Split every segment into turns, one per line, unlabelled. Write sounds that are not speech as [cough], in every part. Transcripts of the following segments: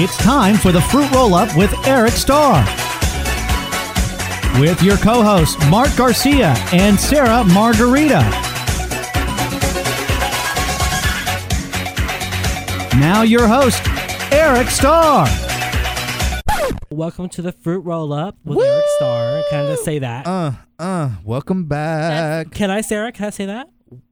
It's time for the Fruit Roll Up with Eric Starr. With your co hosts, Mark Garcia and Sarah Margarita. Now, your host, Eric Starr.
Welcome to the Fruit Roll Up with Eric Starr. Can I just say that?
Uh, uh, welcome back.
Can I, Sarah? Can I say that?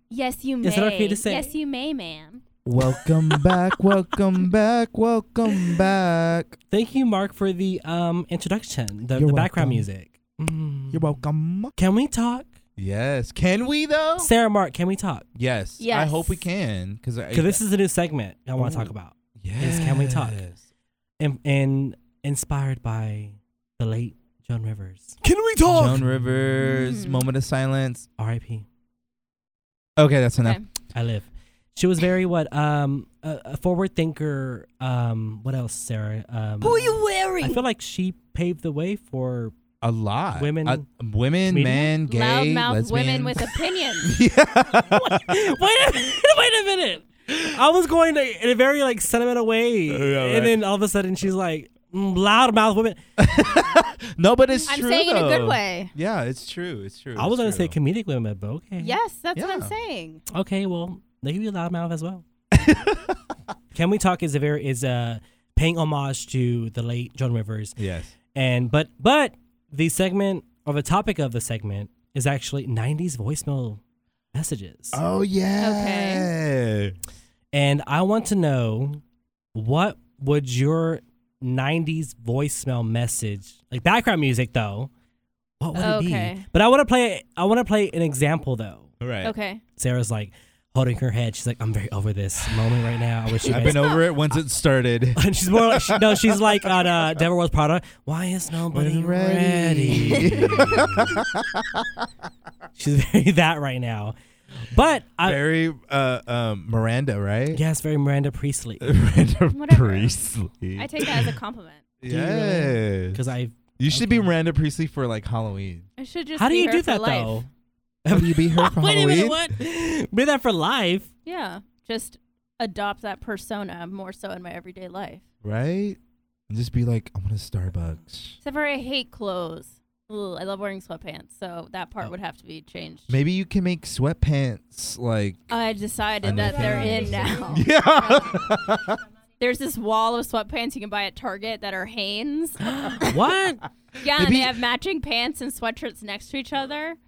Yes, you may.
Is it okay to say?
Yes, you may, ma'am.
welcome back, welcome back, welcome back.
Thank you, Mark, for the um introduction, the,
You're
the background
welcome.
music. Mm.
You're welcome.
Can we talk?
Yes. Can we, though?
Sarah, Mark, can we talk?
Yes. I
Yes.
hope we can. Because
Because this is a new segment I want to talk about. is Can We Talk? And, and inspired by the late Joan Rivers,
Can we
talk?
Joan Rivers,
Mm.
moment of silence.
R.I.P.
Okay, that's enough.
Okay.
I live. She was very what um a, a forward thinker. Um, what else, Sarah? Um, I
wearing?
feel like she paved the way for
A lot.
Women-
Uh, women,
Media?
men, gay,
Loudmouth
[laughs]
lesbian.
women with
[laughs]
opinions.
yeah.
wait, a minute, [laughs] wait a minute. I was going to, in a very like sentimental way,
Oh, Yeah, right.
and then all of a sudden she's like, mm, loudmouth women.
no, but it's
I'm
true.
saying it in a good
though.
way.
Yeah, it's true. It's true.
I was
going to
say comedic women, but okay.
Yes, that's what I'm
Yeah.
saying.
Okay, well they can be loudmouth as
[laughs]
well. Can we talk? Is a very is uh paying homage to the late Joan Rivers,
Yes.
and but but the segment or the topic of the segment is actually '90s voicemail messages.
Oh yeah.
Okay.
And I want to know what would your 90s voicemail message, like background music though, what would it be?
Okay.
But I want to play I want to play an example though.
All right.
Okay.
Sarah's like holding her head. She's like I'm very over this moment right now. I wish you
I've
guys [laughs]
been over it once it started.
and [laughs] she's more like, she- no, she's like on uh, Devil World's Prada. Why is nobody
Wasn't
ready?
[laughs] ready.
she's very that right now. But I,
Very uh um Miranda, right?
yes, very Miranda Priestley
[laughs] Miranda
Whatever.
Priestley.
I take that as a compliment.
you really?
yes.
because I.
you should be Miranda Priestley for like Halloween.
[laughs]
I should just
How do
be
you
her
do
for
that
life.
though?
Would you be her
[laughs]
for
Wait a minute,
Halloween?
what? Be that for life.
Yeah. Just adopt that persona more so in my everyday life.
Right? And just be like, I want a Starbucks.
Except for I hate clothes. Ooh, I love wearing sweatpants, so that
Oh.
part would have to be changed.
Maybe you can make sweatpants like
I decided
I know
that
what
they're
[laughs]
you mean.
in now.
[laughs]
uh,
Yeah.
There's this wall of sweatpants you can buy at Target that are Hanes.
What?
Yeah, and
Maybe-
they have matching pants and sweatshirts next to each other.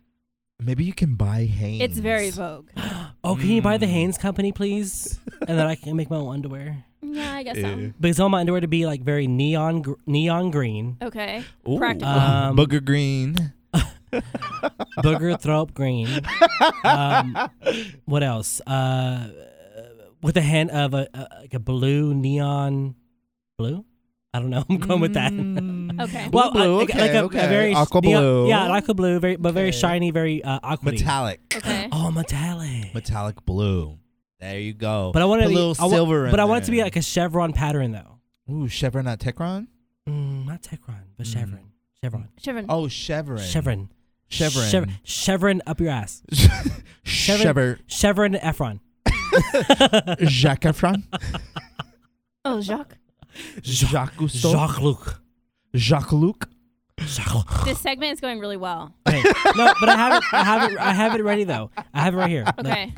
Maybe you can buy Hanes.
It's very vogue.
[laughs] Oh, can you buy the
Mm.
Hanes company, please? and then I can make my own underwear.
Yeah, I guess
Eh.
so.
Because I want my underwear to be like very neon, gr- neon green,
Okay.
Ooh.
Practical.
Um,
Booger green.
[laughs] booger throat green. Um, what else? Uh, with a hint of a, a like a blue neon, blue. I don't know. [laughs] I'm going with that.
Mm.
Okay.
Well, I-
blue,
like, like a, a very
aqua
neon-
blue.
yeah, an aqua blue, very but very
Okay.
shiny, very uh, aqua.
metallic,
[gasps]
Okay.
Oh, metallic.
metallic blue. There you go.
But I want
Put
to
a little
I wa-
silver. in
but I want it to be
there.
like a chevron pattern, though.
ooh chevron, not Tecron.
Mm, not Tecron, but
Mm.
chevron. Chevron.
Shivan.
Oh, chevron,
Chevron.
chevron,
Chev- chevron up your ass.
chevron,
Chevron Efron.
Jacques Efron,
[laughs]
Oh, Jacques.
Jacques Cousteau,
Jacques Luc.
Jacques Luc.
Jacques.
This segment is going really well.
[laughs] Hey, no, but I have it. I have it. I have it ready though. I have it right here. Like,
Okay.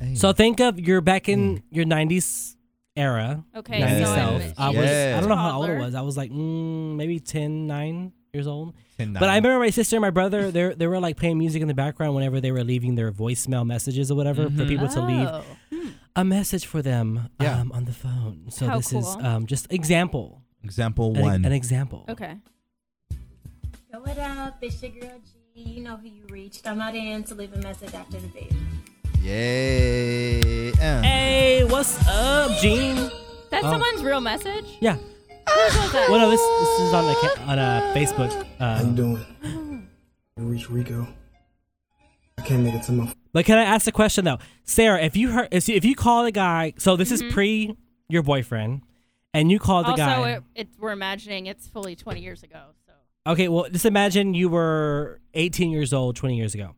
Hey.
so think of you're back
Mm.
in your '90s era.
Okay.
Nice.
90s
So
self. I
I'm
Yeah.
was. I don't know how old I
Toddler.
was. I was like mm, maybe 10, 9 years old.
Ten
But I
nine.
remember my sister and my brother. They they were like playing music in the background whenever they were leaving their voicemail messages or whatever for
Mhm.
people to leave
Oh.
a message for them
Yeah.
um, on the phone. So
How
this is
cool.
um, just example.
example
An,
one.
an example.
Okay.
Yo, what up? It's your girl G. You know who you reached. I'm not in to leave a message after the beep.
Yay! Uh.
Hey, what's up, Gene?
That's
Oh.
someone's real message? [laughs]
Yeah. Well, no, this, this is on a, ca- on a Facebook.
How you
Uh,
doing? I reached Rico. I can't make it to my
but can I ask a question though, Sarah? If you heard, if you, if you call a guy, so this is pre your boyfriend, and you called Oh, the
Mm-hmm. also,
guy.
It, it, we're imagining it's fully 20 years ago.
[laughs]
So.
okay, well, just imagine you were 18 years old 20 years ago.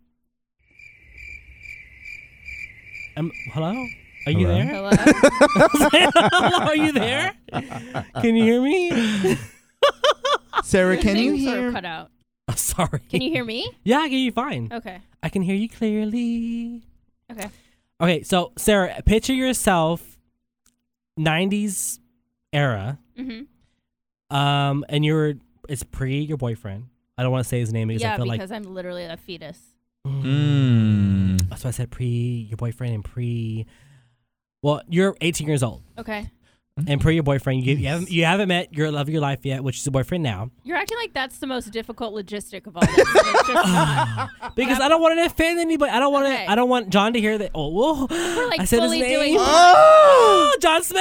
Um, hello. Are you
Hello?
there? [laughs]
Hello?
Hello, Are you
[laughs]
there? Can you hear me?
Sarah,
Your
can you
things are
hear?
Cut out.
I'm sorry.
Can you Oh. hear me?
Yeah, I can hear you fine.
Okay.
I can hear you clearly.
Okay.
Okay, so Sarah, picture yourself 90s era.
Mm-hmm.
Um, and you're it's pre your boyfriend. I don't want to say his name because I
Yeah,
feel
because I'm literally a fetus.
like
Mm.
that's why I said pre your boyfriend and pre well, you're 18 years old
Okay.
and pre your boyfriend. You, you
Yes.
haven't you haven't met your love of your life yet, which is your boyfriend
[laughs]
now.
You're acting like that's the most difficult logistic of all this. It's just not.
[laughs] Because I don't want to offend anybody. I don't want to.
Uh-huh. Okay.
I don't want John to hear that. Oh, whoa.
We're like
I said his
fully
name.
doing.
[laughs] Oh, John Smith.
[laughs]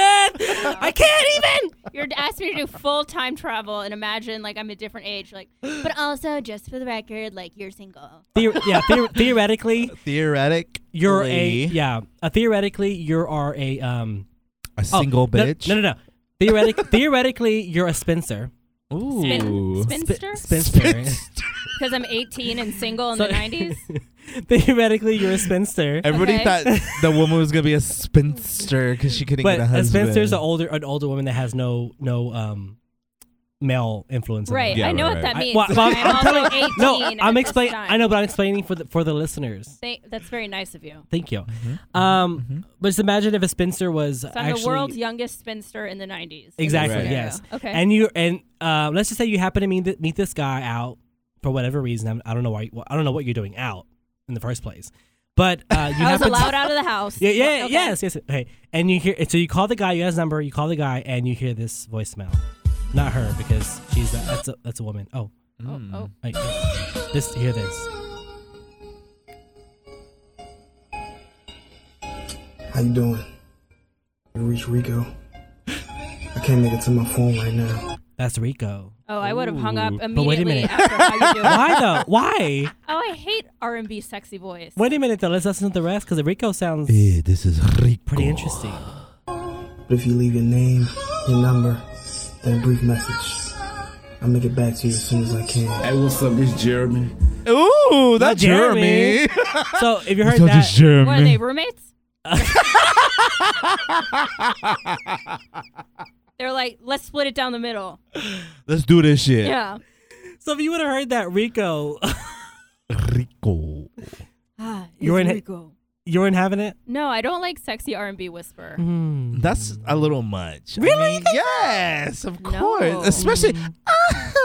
I can't even.
You're asking me to do full time travel and imagine like I'm a different age, like. But also, just for the record, like you're single.
Theor- yeah,
[laughs]
theor- theoretically,
[laughs] Theoretic.
you're a yeah. Uh, theoretically, you are a um
a
oh,
single
no-
bitch.
No, no, no.
[laughs]
Theoretic- theoretically, you're a Spencer.
Spin,
Ooh.
spinster,
Spinster.
because I'm 18 and single in
So- [laughs]
the 90s.
theoretically, you're a
[laughs]
spinster.
Everybody
Okay.
thought the woman was gonna be a spinster because she couldn't
But
get a
a
husband.
spinster's an older an older woman that has no no um male influence. in her
Right.
Yeah,
I know
right,
what
right.
that
I-
means.
well, well,
I'm,
I'm
also
telling-
18.
No,
at
I'm
this
explaining.
time.
I know, but I'm explaining for the for the listeners.
Thank- that's very nice of you.
Thank you.
Mm-hmm.
Um, but just imagine if a spinster was
So I'm
actually
the world's youngest spinster in the 90s. in
exactly
Right.
this scenario.
yes,
Okay.
and you and uh, let's just say you happen to meet th- meet this guy out for whatever reason. I'm, I don't know why. well, I don't know what you're doing out in the first place, but uh, you
I was
happen.
allowed
to,
out of the house.
yeah, yeah,
Okay.
yes, yes. Okay, and you hear so you call the guy. You have his number. You call the guy, and you hear this voicemail. Not her because she's a, that's a that's a woman. Oh,
Oh, oh.
wait, here. this hear this.
How you doing? You reached Rico. I can't make it to my phone right now.
That's Rico.
Oh, I would have hung up immediately
wait a minute.
after how
[laughs]
you do it.
Why though? Why?
Oh, I hate R&B sexy voice.
Wait a minute though. Let's listen to the rest because Rico sounds
Eh, this is rico.
pretty interesting.
But if you leave your name, your number, and a brief message, I'll make it back to you as soon as I can.
Hey, what's up? It's Jeremy.
Ooh,
Not
that's [laughs] Jeremy.
Jeremy. So if you heard
It's not
that,
just Jeremy.
What are
[laughs]
they roommates? They're like, let's split it down the middle.
Let's do this shit.
Yeah.
so if you would have heard that, Rico, [laughs]
Rico.
Ah, it's
You're in it.
Rico.
you weren't having it.
No, I don't like sexy R&B whisper.
Hmm. That's a little much. I
Really?
mean, yes, of
No.
course. Especially. ah.
Well,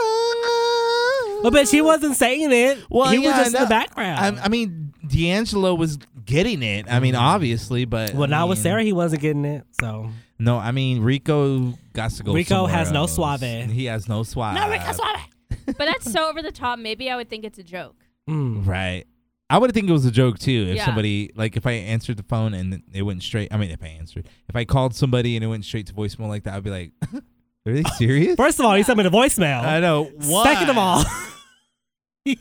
Oh, but she wasn't saying it.
Well,
he was
yeah,
just in
no,
the background.
I, I mean, D'Angelo was getting it. I mean, obviously, but
well,
I
not with
mean-
Sarah, he wasn't getting it. So
No, I mean Rico got to go.
Rico
somewhere
has no
else.
suave.
He has no suave.
Ah.
[laughs] But that's so over the top. Maybe I would think it's a joke.
[laughs]
Mm.
Right. I would think it was a joke too if
Yeah.
somebody like if I answered the phone and it went straight. I mean, if I answered, if I called somebody and it went straight to voicemail like that, I'd be like, [laughs] "Are they serious?"
first of all, he sent me the voicemail.
I know.
Second of
why?
[laughs]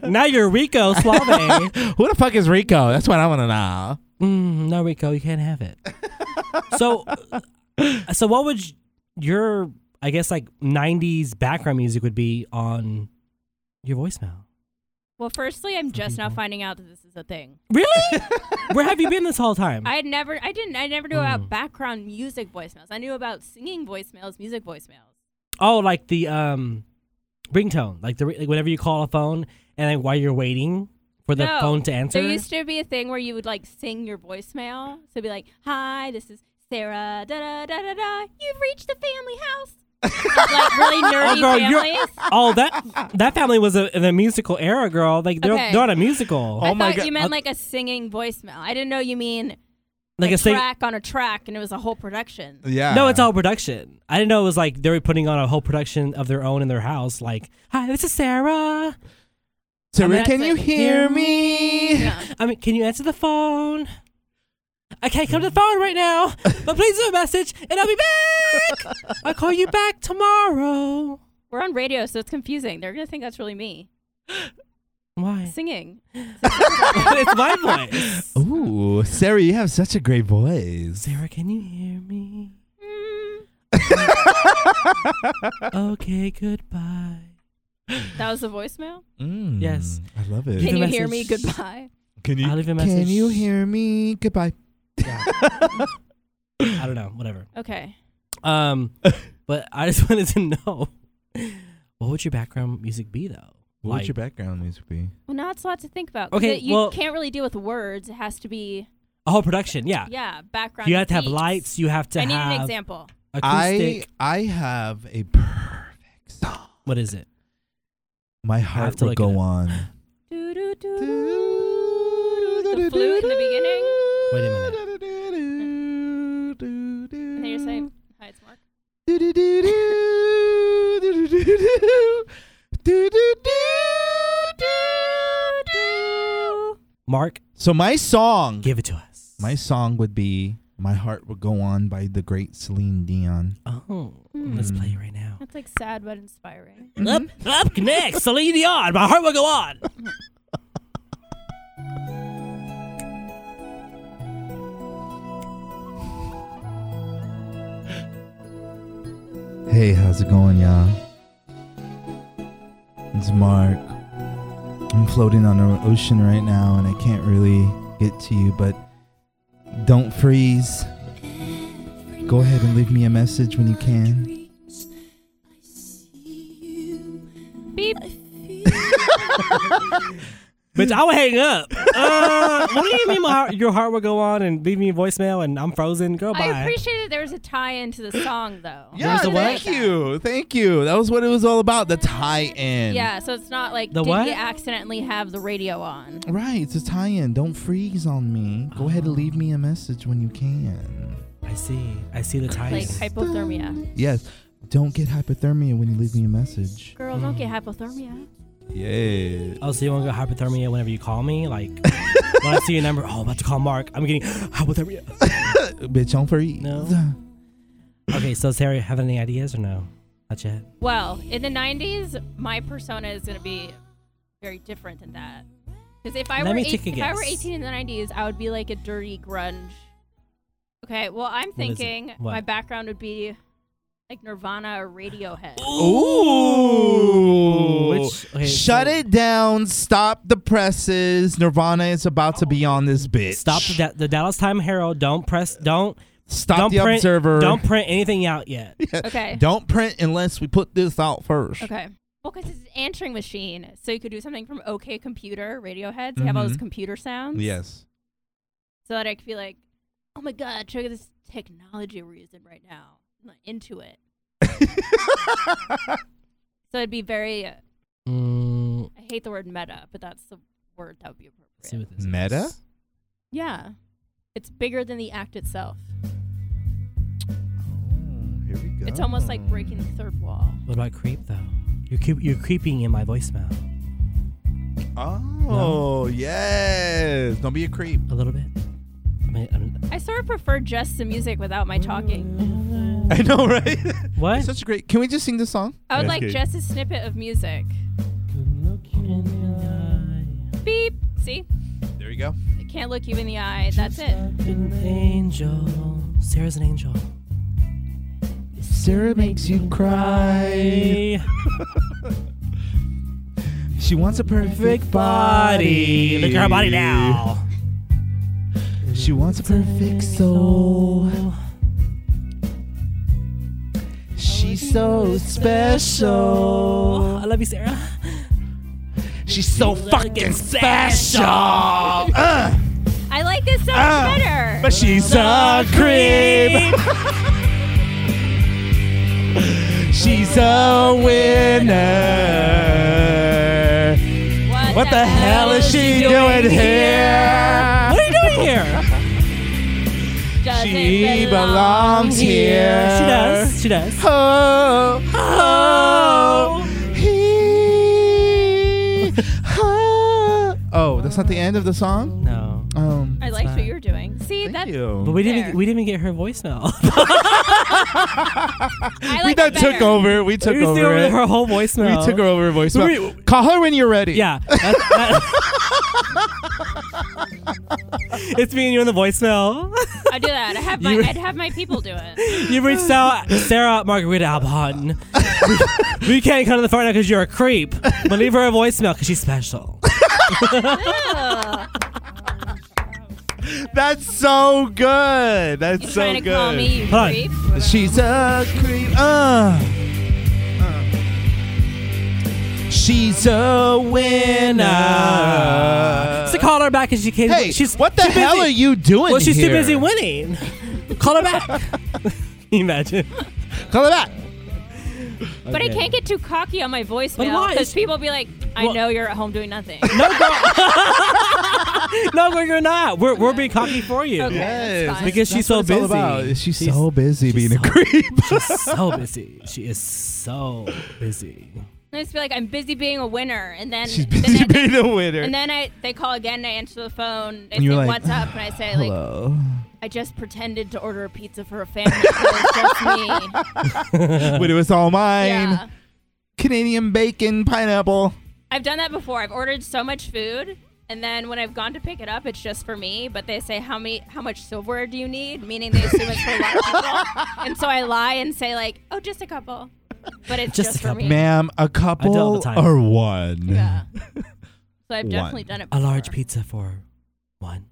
all, [laughs] now you're Rico Suave.
[laughs] who the fuck is Rico? That's what I want to know.
Mm, no, Rico, you can't have it. so, [laughs] so what would y- your, I guess, like '90s background music would be on your voicemail?
Well, firstly, I'm just now
people.
finding out that this is a thing.
Really? [laughs] Where have you been this whole time?
I had never, I didn't, I never knew
Mm.
about background music voicemails. I knew about singing voicemails, music voicemails.
oh, like the um, ringtone, like the re- like whenever you call a phone and like while you're waiting for the
No,
phone to answer.
There used to be a thing where you would like sing your voicemail. So it'd be like, "Hi, this is Sarah. Da da da da da. You've reached the family
[laughs]
house." like really nerdy
girl, you're-
families.
oh, that that family was a, in a musical era, girl. Like they're,
Okay.
they're on a musical,
I
Oh my
thought
God.
you meant like a singing voicemail. I didn't know you mean
like a sing-
track on a track, and it was a whole production.
Yeah.
No, it's all production. I didn't know it was like they were putting on a whole production of their own in their house. Like, hi, this is Sarah.
Sarah,
mean,
can
that's
you
it.
hear me?
Yeah.
I mean, can you answer the phone? I can't come to the phone right now, but please leave a message and I'll be back. I'll call you back tomorrow.
We're on radio, so it's confusing. They're gonna think that's really me
Why?
singing.
[laughs] it's my voice.
[laughs] Ooh, Sarah, you have such a great voice.
Sarah, can you hear me? [laughs] Okay, goodbye.
That was the voicemail.
Mm,
Yes.
I love it.
Leave
Can
a
you hear me?
message.
Goodbye.
Can you
I'll leave a
Can
message.
you hear me? Goodbye.
Yeah.
[laughs]
I don't know. Whatever.
Okay.
[laughs]
Um, but I just [laughs] wanted to know what would your background music be though?
What
Like-
would your background music be?
Well, now it's a lot to think about. 'cause
Okay,
it- you
well-
can't really deal with words. It has to be
A whole production, yeah.
yeah background.
You have to have
beats.
lights. You have to
I need
have
an example.
acoustic.
I I have a perfect song.
what is it?
My
have
heart
to
will
look it
go
up.
on.
Do, do, do, do. The flute in the beginning.
Wait a minute.
And then you're saying hi, it's Mark.
Mark,
So my song,
give it to us.
my song would be "My Heart Will Go On" by the great Celine Dion.
oh, let's play it right now.
That's like sad but inspiring.
Up,
Mm-hmm.
up next, Celine Dion. My heart will go
[laughs]
on.
Hey, how's it going, y'all? It's Mark. I'm floating on an ocean right now and I can't really get to you, but don't freeze. Go ahead and leave me a message when you can.
Beep.
Oh, Bitch, I would hang
[laughs]
up. Uh, what do you mean my heart, your heart will go on and leave me a voicemail and I'm frozen? Girl, bye.
I appreciate that there was a tie into the song though.
There's the what?
Like that.
Thank you. That was what it was all about the tie in.
Yeah, so it's not like
The
did
what?
you accidentally have the radio on?
Right, it's a tie in. Don't freeze on me. Go ahead and leave me a message when you can.
I see. I see the time.
Like hypothermia.
Yes, don't get hypothermia when you leave me a message.
Girl, don't get hypothermia.
Yeah.
Oh, so you want to go hypothermia whenever you call me?
[laughs]
Like, when I see your number, oh, I'm about to call Mark. I'm getting hypothermia.
Bitch, don't freeze.
No. Okay, so Sarah, have any ideas or no? Not yet.
Well, in the 90s, my persona is going to be very different than that. Because if I
Let
were
me
eight-
take a
if I were
guess.
18 in the 90s, I would be like a dirty grunge. Okay, well, I'm
What is it?
thinking
What?
my background would be like Nirvana or Radiohead.
Ooh.
Which- okay,
Shut
so-
it down. Stop the presses. Nirvana is about to be on this bitch.
Stop the, Da- the Dallas Time Herald. Don't press. Don't.
Stop
don't
the
print,
observer.
Don't print anything out
[laughs]
yet.
Okay.
Don't print unless we put this out first.
Okay. Well, because it's an answering machine, so you could do something from OK Computer, Radiohead. They have all
Mm-hmm.
those
Mhm.
computer sounds.
Yes.
So that I could be like, oh my god, check out this technology we're using right now. I'm not
[laughs]
into it. so it'd be very. I
Mm,
hate the word meta, but that's the word that would be
let's see
appropriate.
what this is.
Meta?
Yeah, it's bigger than the act itself.
Hmm, Here we go.
It's almost like breaking the third wall.
What about creep though? You're keep, you're creeping in my voicemail
Oh,
No.
yes. Don't be
[laughs]
a creep.
a little bit. I mean, I'm,
I sort of prefer just the music without my talking.
I know, right?
What?
It's such a great. Can we just sing this song?
I would
That's
like
good.
just a snippet of music. Beep. See,
There you go.
I can't look you in the eye. That's it.
an angel. Sarah's an angel.
Sarah makes you cry.
Hey,
She wants a perfect
body.
body.
Look at her body now.
She wants a perfect soul. She's so
Oh,
special.
I love you, Sarah.
She's so fucking special. [laughs] Uh,
I like this so much
Ah,
better.
but she's a creep. She's a winner. What the hell is she doing here?
What are you doing
[laughs]
here?
Doesn't
She
belong.
belongs here.
She does. She does.
Oh, oh, he, oh. oh, that's not the end of the song.
No.
Um,
I liked
not-
what you were doing. See,
thank
that's
But
you.
we didn't.
Fair.
We didn't get her
[laughs]
voicemail.
I
We
like
done
it
took
better.
over. We took
we still
over it.
her whole voicemail.
We took her over voicemail.
We-
Call her when you're ready.
Yeah. that's- that- [laughs] it's me and you in the voicemail. [laughs]
I do that.
[laughs]
I have my,
You-
I'd have my people do it.
you reached out, Sarah Margarita Albon. [laughs] we, we can't come to the phone now because you're a creep. But leave her a voicemail because she's special.
Ugh.
That's so good. That's
You
so
trying to
good.
call me, you
Hold on.
creep?
She's a creep. Uh. She's a
So
winner.
uh, call her back as you can.
Hey,
she's
what the
too busy-
hell are you doing
Well, she's
here?
too busy winning. call her
[laughs]
back. Imagine.
Call her back.
But I can't get too cocky on my voicemail
why?
because people be like, "I
Well-
know you're at home doing nothing."
No, but you're not. We're, we're being cocky for you.
Okay, that's
[laughs] Yes,
fine.
Because she's so
That's what it's all
busy.
about. She's, so busy being a creep.
[laughs] She's so busy. She is so busy.
I just feel like I'm busy being a winner, and then
[laughs] She's
then
busy
I-
being a winner.
and then I they call again. And I answer the phone. They
And
say,
you're like,
"What's up?" And I say, "Like
Hello.
I just pretended to order a pizza for a family, so it's
[laughs]
just me."
[laughs] but it was all mine.
Yeah,
Canadian bacon, pineapple.
I've done that before. I've ordered so much food, and then when I've gone to pick it up, it's just for me. But they say, "How many? How much silverware do you need?" Meaning they assume it's for a lot of people. and so I lie and say, like, "Oh, just a couple," but it's
Just
just,
a
for
couple.
me.
Ma'am, a couple
all the time.
or one.
Yeah. So I've
One.
definitely done it.
A
Before.
large pizza for one.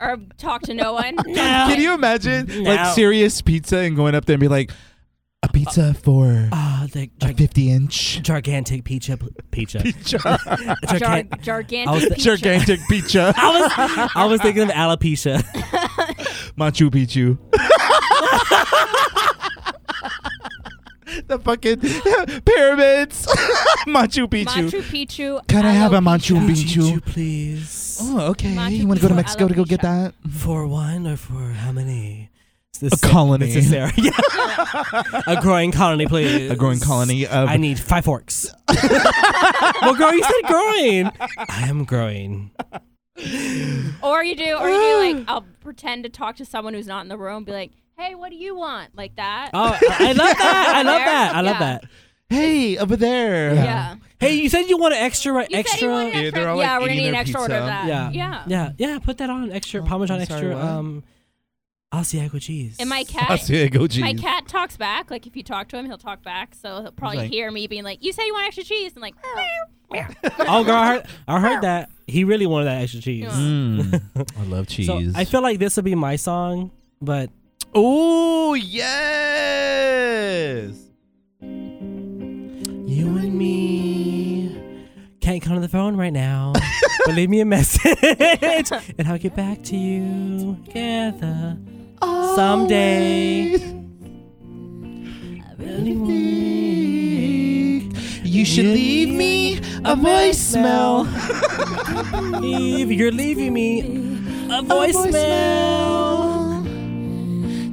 Or talk to no one.
Can you imagine
No.
like serious pizza and going up there and be like, a pizza for
Ah, the
a
gig-
50 inch?
gigantic pizza. pl- Pizza.
Jar-
Gigan- I was-
gigantic. pizza.
Gigantic pizza.
I was I was thinking of alopecia.
Machu Picchu. the fucking pyramids. Machu Picchu.
Machu Picchu.
Can I have a
aloe-
Machu Picchu?
please.
Oh, okay.
Machu
you want to go to
Picchu
Mexico to go get
alopecia.
that?
For one or for how many? It's the
A
sa-
colony.
it's the Sarah. [laughs] Yeah. a growing colony, please.
A growing colony of
I need five forks. [laughs] well, girl, you said growing. I am growing.
Or you do, or you do like I'll pretend to talk to someone who's not in the room, be like, "Hey, what do you want?" Like that.
Oh, I I love that. I love that. I love
Yeah.
that.
Hey, over there.
yeah.
Hey, you said you want an extra,
You
extra.
Said you wanted
Yeah,
extra.
they're all,
yeah,
like,
we're gonna
eating
need an
their
extra order of
pizza.
that.
yeah,
Yeah.
yeah, yeah. Put that on extra
Oh,
parmesan,
I'm sorry,
extra
what?
um, Asiago cheese.
And my cat.
That's it. Go
My
cheese.
cat talks back. Like if you talk to him, he'll talk back. So he'll probably
like-
hear me being like, "You said you want extra cheese," and like,
[laughs]
Oh, girl, I heard, I heard that he really wanted that extra cheese.
Yeah.
Mm. [laughs] I love cheese.
So I feel like this would be my song, but
oh, yes.
you and me can't come to the phone right now. [laughs] but leave me a message, [laughs] and I'll get back to you together someday.
You should leave me a voicemail.
Eve, you're leaving me a voicemail.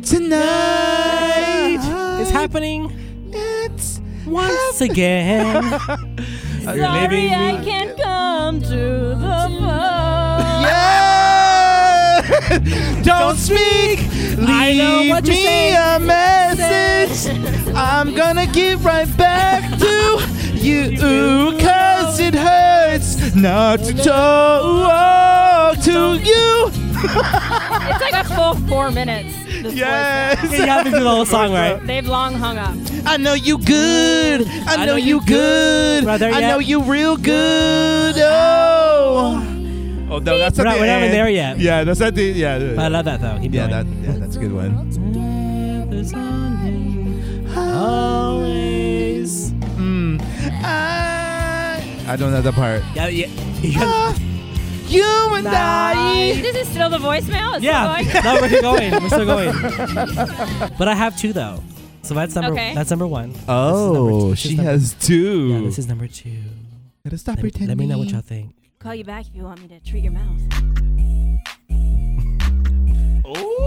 Tonight.
It's happening
It's
once again. you're
"Sorry,
leaving
I
me.
can't come to the phone."
Yeah. Don't speak.
I know
Leave
what you
me
said.
a message. I'm gonna get right back to you. Cause it hurts not to talk to you.
It's like a full four minutes. This
Yes.
You have to do the whole song, right?
voicemail. They've long hung up.
I know you good. I know, you good.
Right there
I
yet.
know you real good. Oh. Oh no, that's
We're not- we're not even there yet.
Yeah, that's at the yeah.
But I love that though. Keep
yeah, that,
going.
yeah, that's a good one.
There's only always.
Mm. I, I don't know that part.
Yeah, yeah. [laughs] You gotta-
You and I.
This is still the voicemail. It's
yeah.
[laughs]
Still going?
No, we're still going. We're still going. but I have two though. So that's number.
Okay.
That's number one.
Oh,
This
she
is number two.
has two.
Yeah, this is number two.
Gotta stop
Let,
pretending.
let me know what y'all think.
Call you back if you want me to treat your mouth.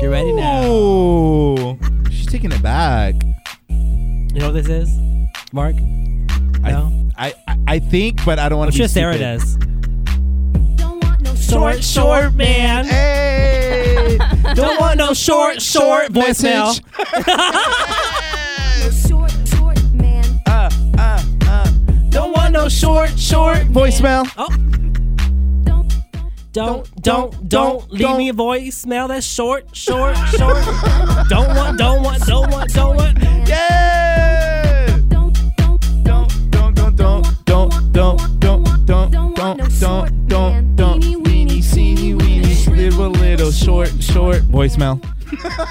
Get ready now.
Oh, she's taking it back.
You know what this is, Mark? No.
I, I I think, but I don't want
I'm
to be
sure Sarah
stupid.
does.
Don't want no
Short, short man.
Hey.
Don't want no short, short voicemail. [laughs]
message. [laughs]
short, short man.
Uh,
Don't want no short, short
Voicemail.
Oh.
Don't-
Don't,
don't,
don't,
don't,
don't leave me a
don't.
voicemail that's short, short, short. don't want, don't want, don't want, don't want.
Yeah.
Don't, don't,
Don't, don't, don't, don't, don't, don't, don't, don't, don't, don't, don't, don't, don't, weeny, seeny, weeny, voicemail.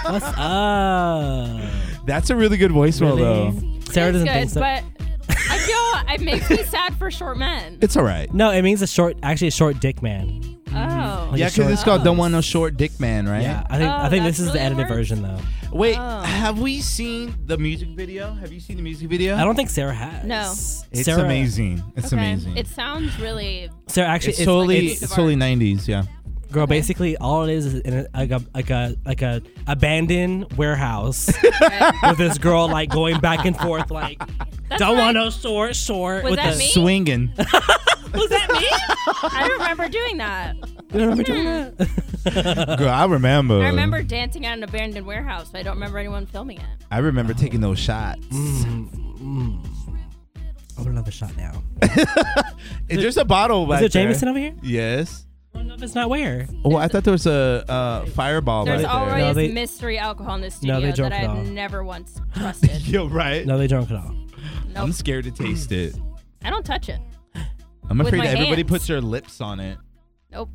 What's up?
That's a really good voicemail,
Really?
though.
Sarah
It's
doesn't think
good,
so.
but I feel it makes me sad for short men.
It's all right.
no, it means a short, actually a short dick man.
Oh.
Like
Yeah,
a
because
short-
it's called "Don't Want No Short Dick Man," right?
Yeah, I think
Oh,
I think this
that's
is the
really
edited
hard.
version though.
Wait,
Oh.
have we seen the music video? Have you seen the music video?
I don't think Sarah has.
No.
It's
Sarah,
amazing. It's
Okay.
amazing.
It
[laughs]
sounds really.
Sarah actually
it's totally
it's-
it's totally 90s. Yeah.
Girl, basically, all it is is in a, like a like a like a abandoned warehouse [laughs] with this girl like going back and forth like don't want no short short.
Was
with
that
the,
me?
[laughs]
Swinging.
Was that me? I don't remember doing that.
You know what I'm talking about?
Girl, I remember.
I remember dancing at an abandoned warehouse, but I don't remember anyone filming it.
I remember taking those shots.
Mm. I want another shot now.
Is There's a bottle back
Is it
there.
Jameson over here?
Yes.
I don't know if it's not where.
Oh, I thought there was a uh, fireball
There's
right
always
[laughs] there.
No, they-
mystery alcohol in the
No,
studio
they
that
dropped it off.
I've
[laughs]
never once trusted.
You're right.
No, they drunk it all. [laughs]
nope.
I'm scared to taste it.
I don't touch it.
I'm
With
afraid
my
that everybody
hands.
puts their lips on it.
Nope.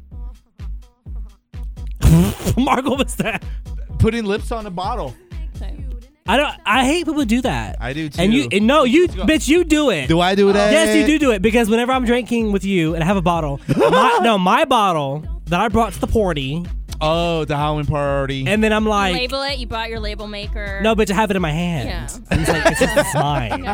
Mark, what was that?
Putting lips on a bottle.
I don't. I hate people who do that.
I do too.
And you and no, you
go.
bitch, you do it.
Do I do that?
Oh. Yes, you do do it because whenever I'm drinking with you and I have a bottle,
[laughs]
my, no, my bottle that I brought to the party,
Oh, the Halloween party.
and then I'm like,
label it. You bought your label maker.
no, bitch, I have it in my hand.
Yeah.
And
[laughs]
it's like, it's, it's mine.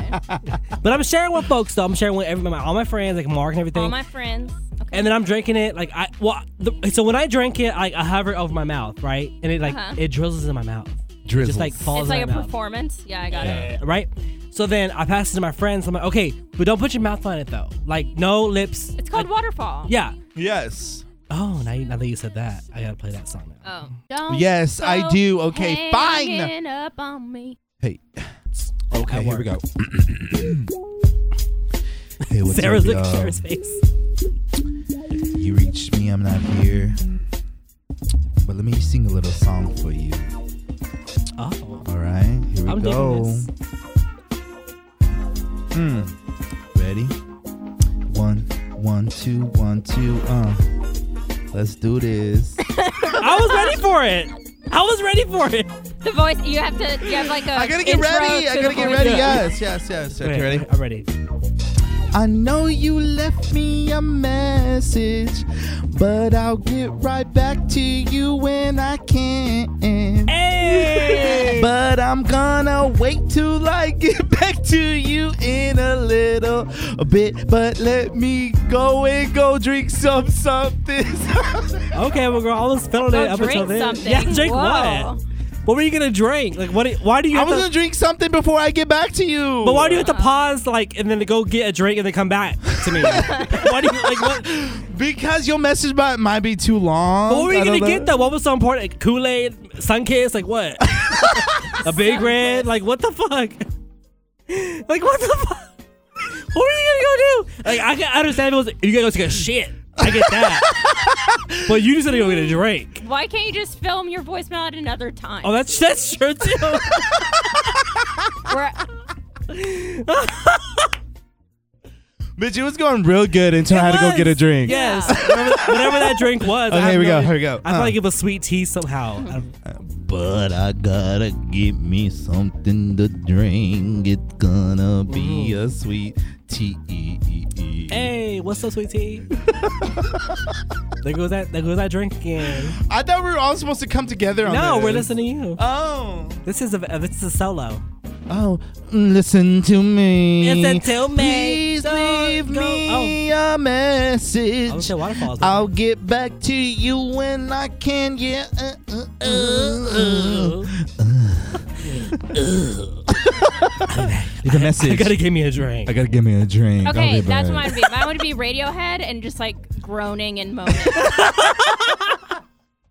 But I'm sharing with folks though. I'm sharing with everybody, all my friends, like Mark and everything.
All my friends. Okay.
and then I'm drinking it like I well the, so when I drink it I, I hover it over my mouth right and it like
Uh-huh.
it drizzles in my mouth
Drizzles.
just like falls
it's
in
like a
my mouth.
performance. Yeah, I got it.
right? So then I pass it to my friends. I'm like, okay, but don't put your mouth on it though. Like no lips.
It's called waterfall.
Yeah.
yes.
Oh, now, you, now that you said that, I gotta play that song now.
Oh. Don't
Yes, I
go
do. Okay, fine.
hanging up on me.
Hey. Okay, here we go. [laughs] hey, what's
Sarah's
up,
looking at
y'all?
Sarah's face.
You reached me, I'm not here. But let me sing a little song for you.
Oh,
All right, here we
I'm
go.
digging this.
Ready? One, one, two, one, two. Uh, let's do this.
I was ready for it. I was ready for it.
The voice. You have to. You have like a.
[laughs] I gotta get
intro
ready.
to
I
the
gotta get
voice.
ready. Yes, yes, yes. Okay,
Wait,
ready?
I'm ready.
I know you left me a message, but I'll get right back to you when I can.
Hey!
But I'm gonna wait till I get [laughs] back to you in a little bit. But let me go and go drink some something. [laughs]
okay, well, girl, I was feeling it
Go
up until
drink
then.
something.
Yeah, drink
Whoa.
what? What were you gonna drink? Like, what? Why do you?
I
Have
was
to,
gonna drink something before I get back to you.
but why do you have to pause, like, and then to go get a drink and then come back to
[laughs]
me? why do you like what?
Because your message might, might be too long.
But what were
I
you
don't
gonna get
know.
though? What was so important? Like Kool Aid, Sunkiss, like
[laughs]
what? a big red, like what the fuck? Like what the fuck? What were you gonna go do? Like I can understand if it was you gotta go take a shit. I get
[laughs]
that. but you just gotta go get a drink.
Why can't you just film your voicemail at another time?
Oh, that's that's true too.
We're-
[laughs]
Bitch, it was going real good until I had to go get a drink.
Yes, whatever, whatever that drink was.
Okay,
I have
here we
no-
go, here we go.
I feel
Uh.
like it was sweet tea somehow. Um, I-
But I gotta get me something to drink. It's gonna be
Mm.
a sweet tea.
hey, what's up, sweet tea?
[laughs]
there goes that. There goes that drink again.
I thought we were all supposed to come together on
No, we're
this.
listening to you.
Oh.
This is a uh, this is a solo.
Oh, listen to me.
Listen to me.
Please
Don't
leave
go-
me a message.
Oh, I was at waterfalls.
I'll get back to you when I can. Yeah. Uh, uh, uh, uh. The message.
You gotta give me a drink.
gotta give me a drink.
okay, that's what mine would be. Mine would be
[laughs]
Radiohead and just like groaning and moaning.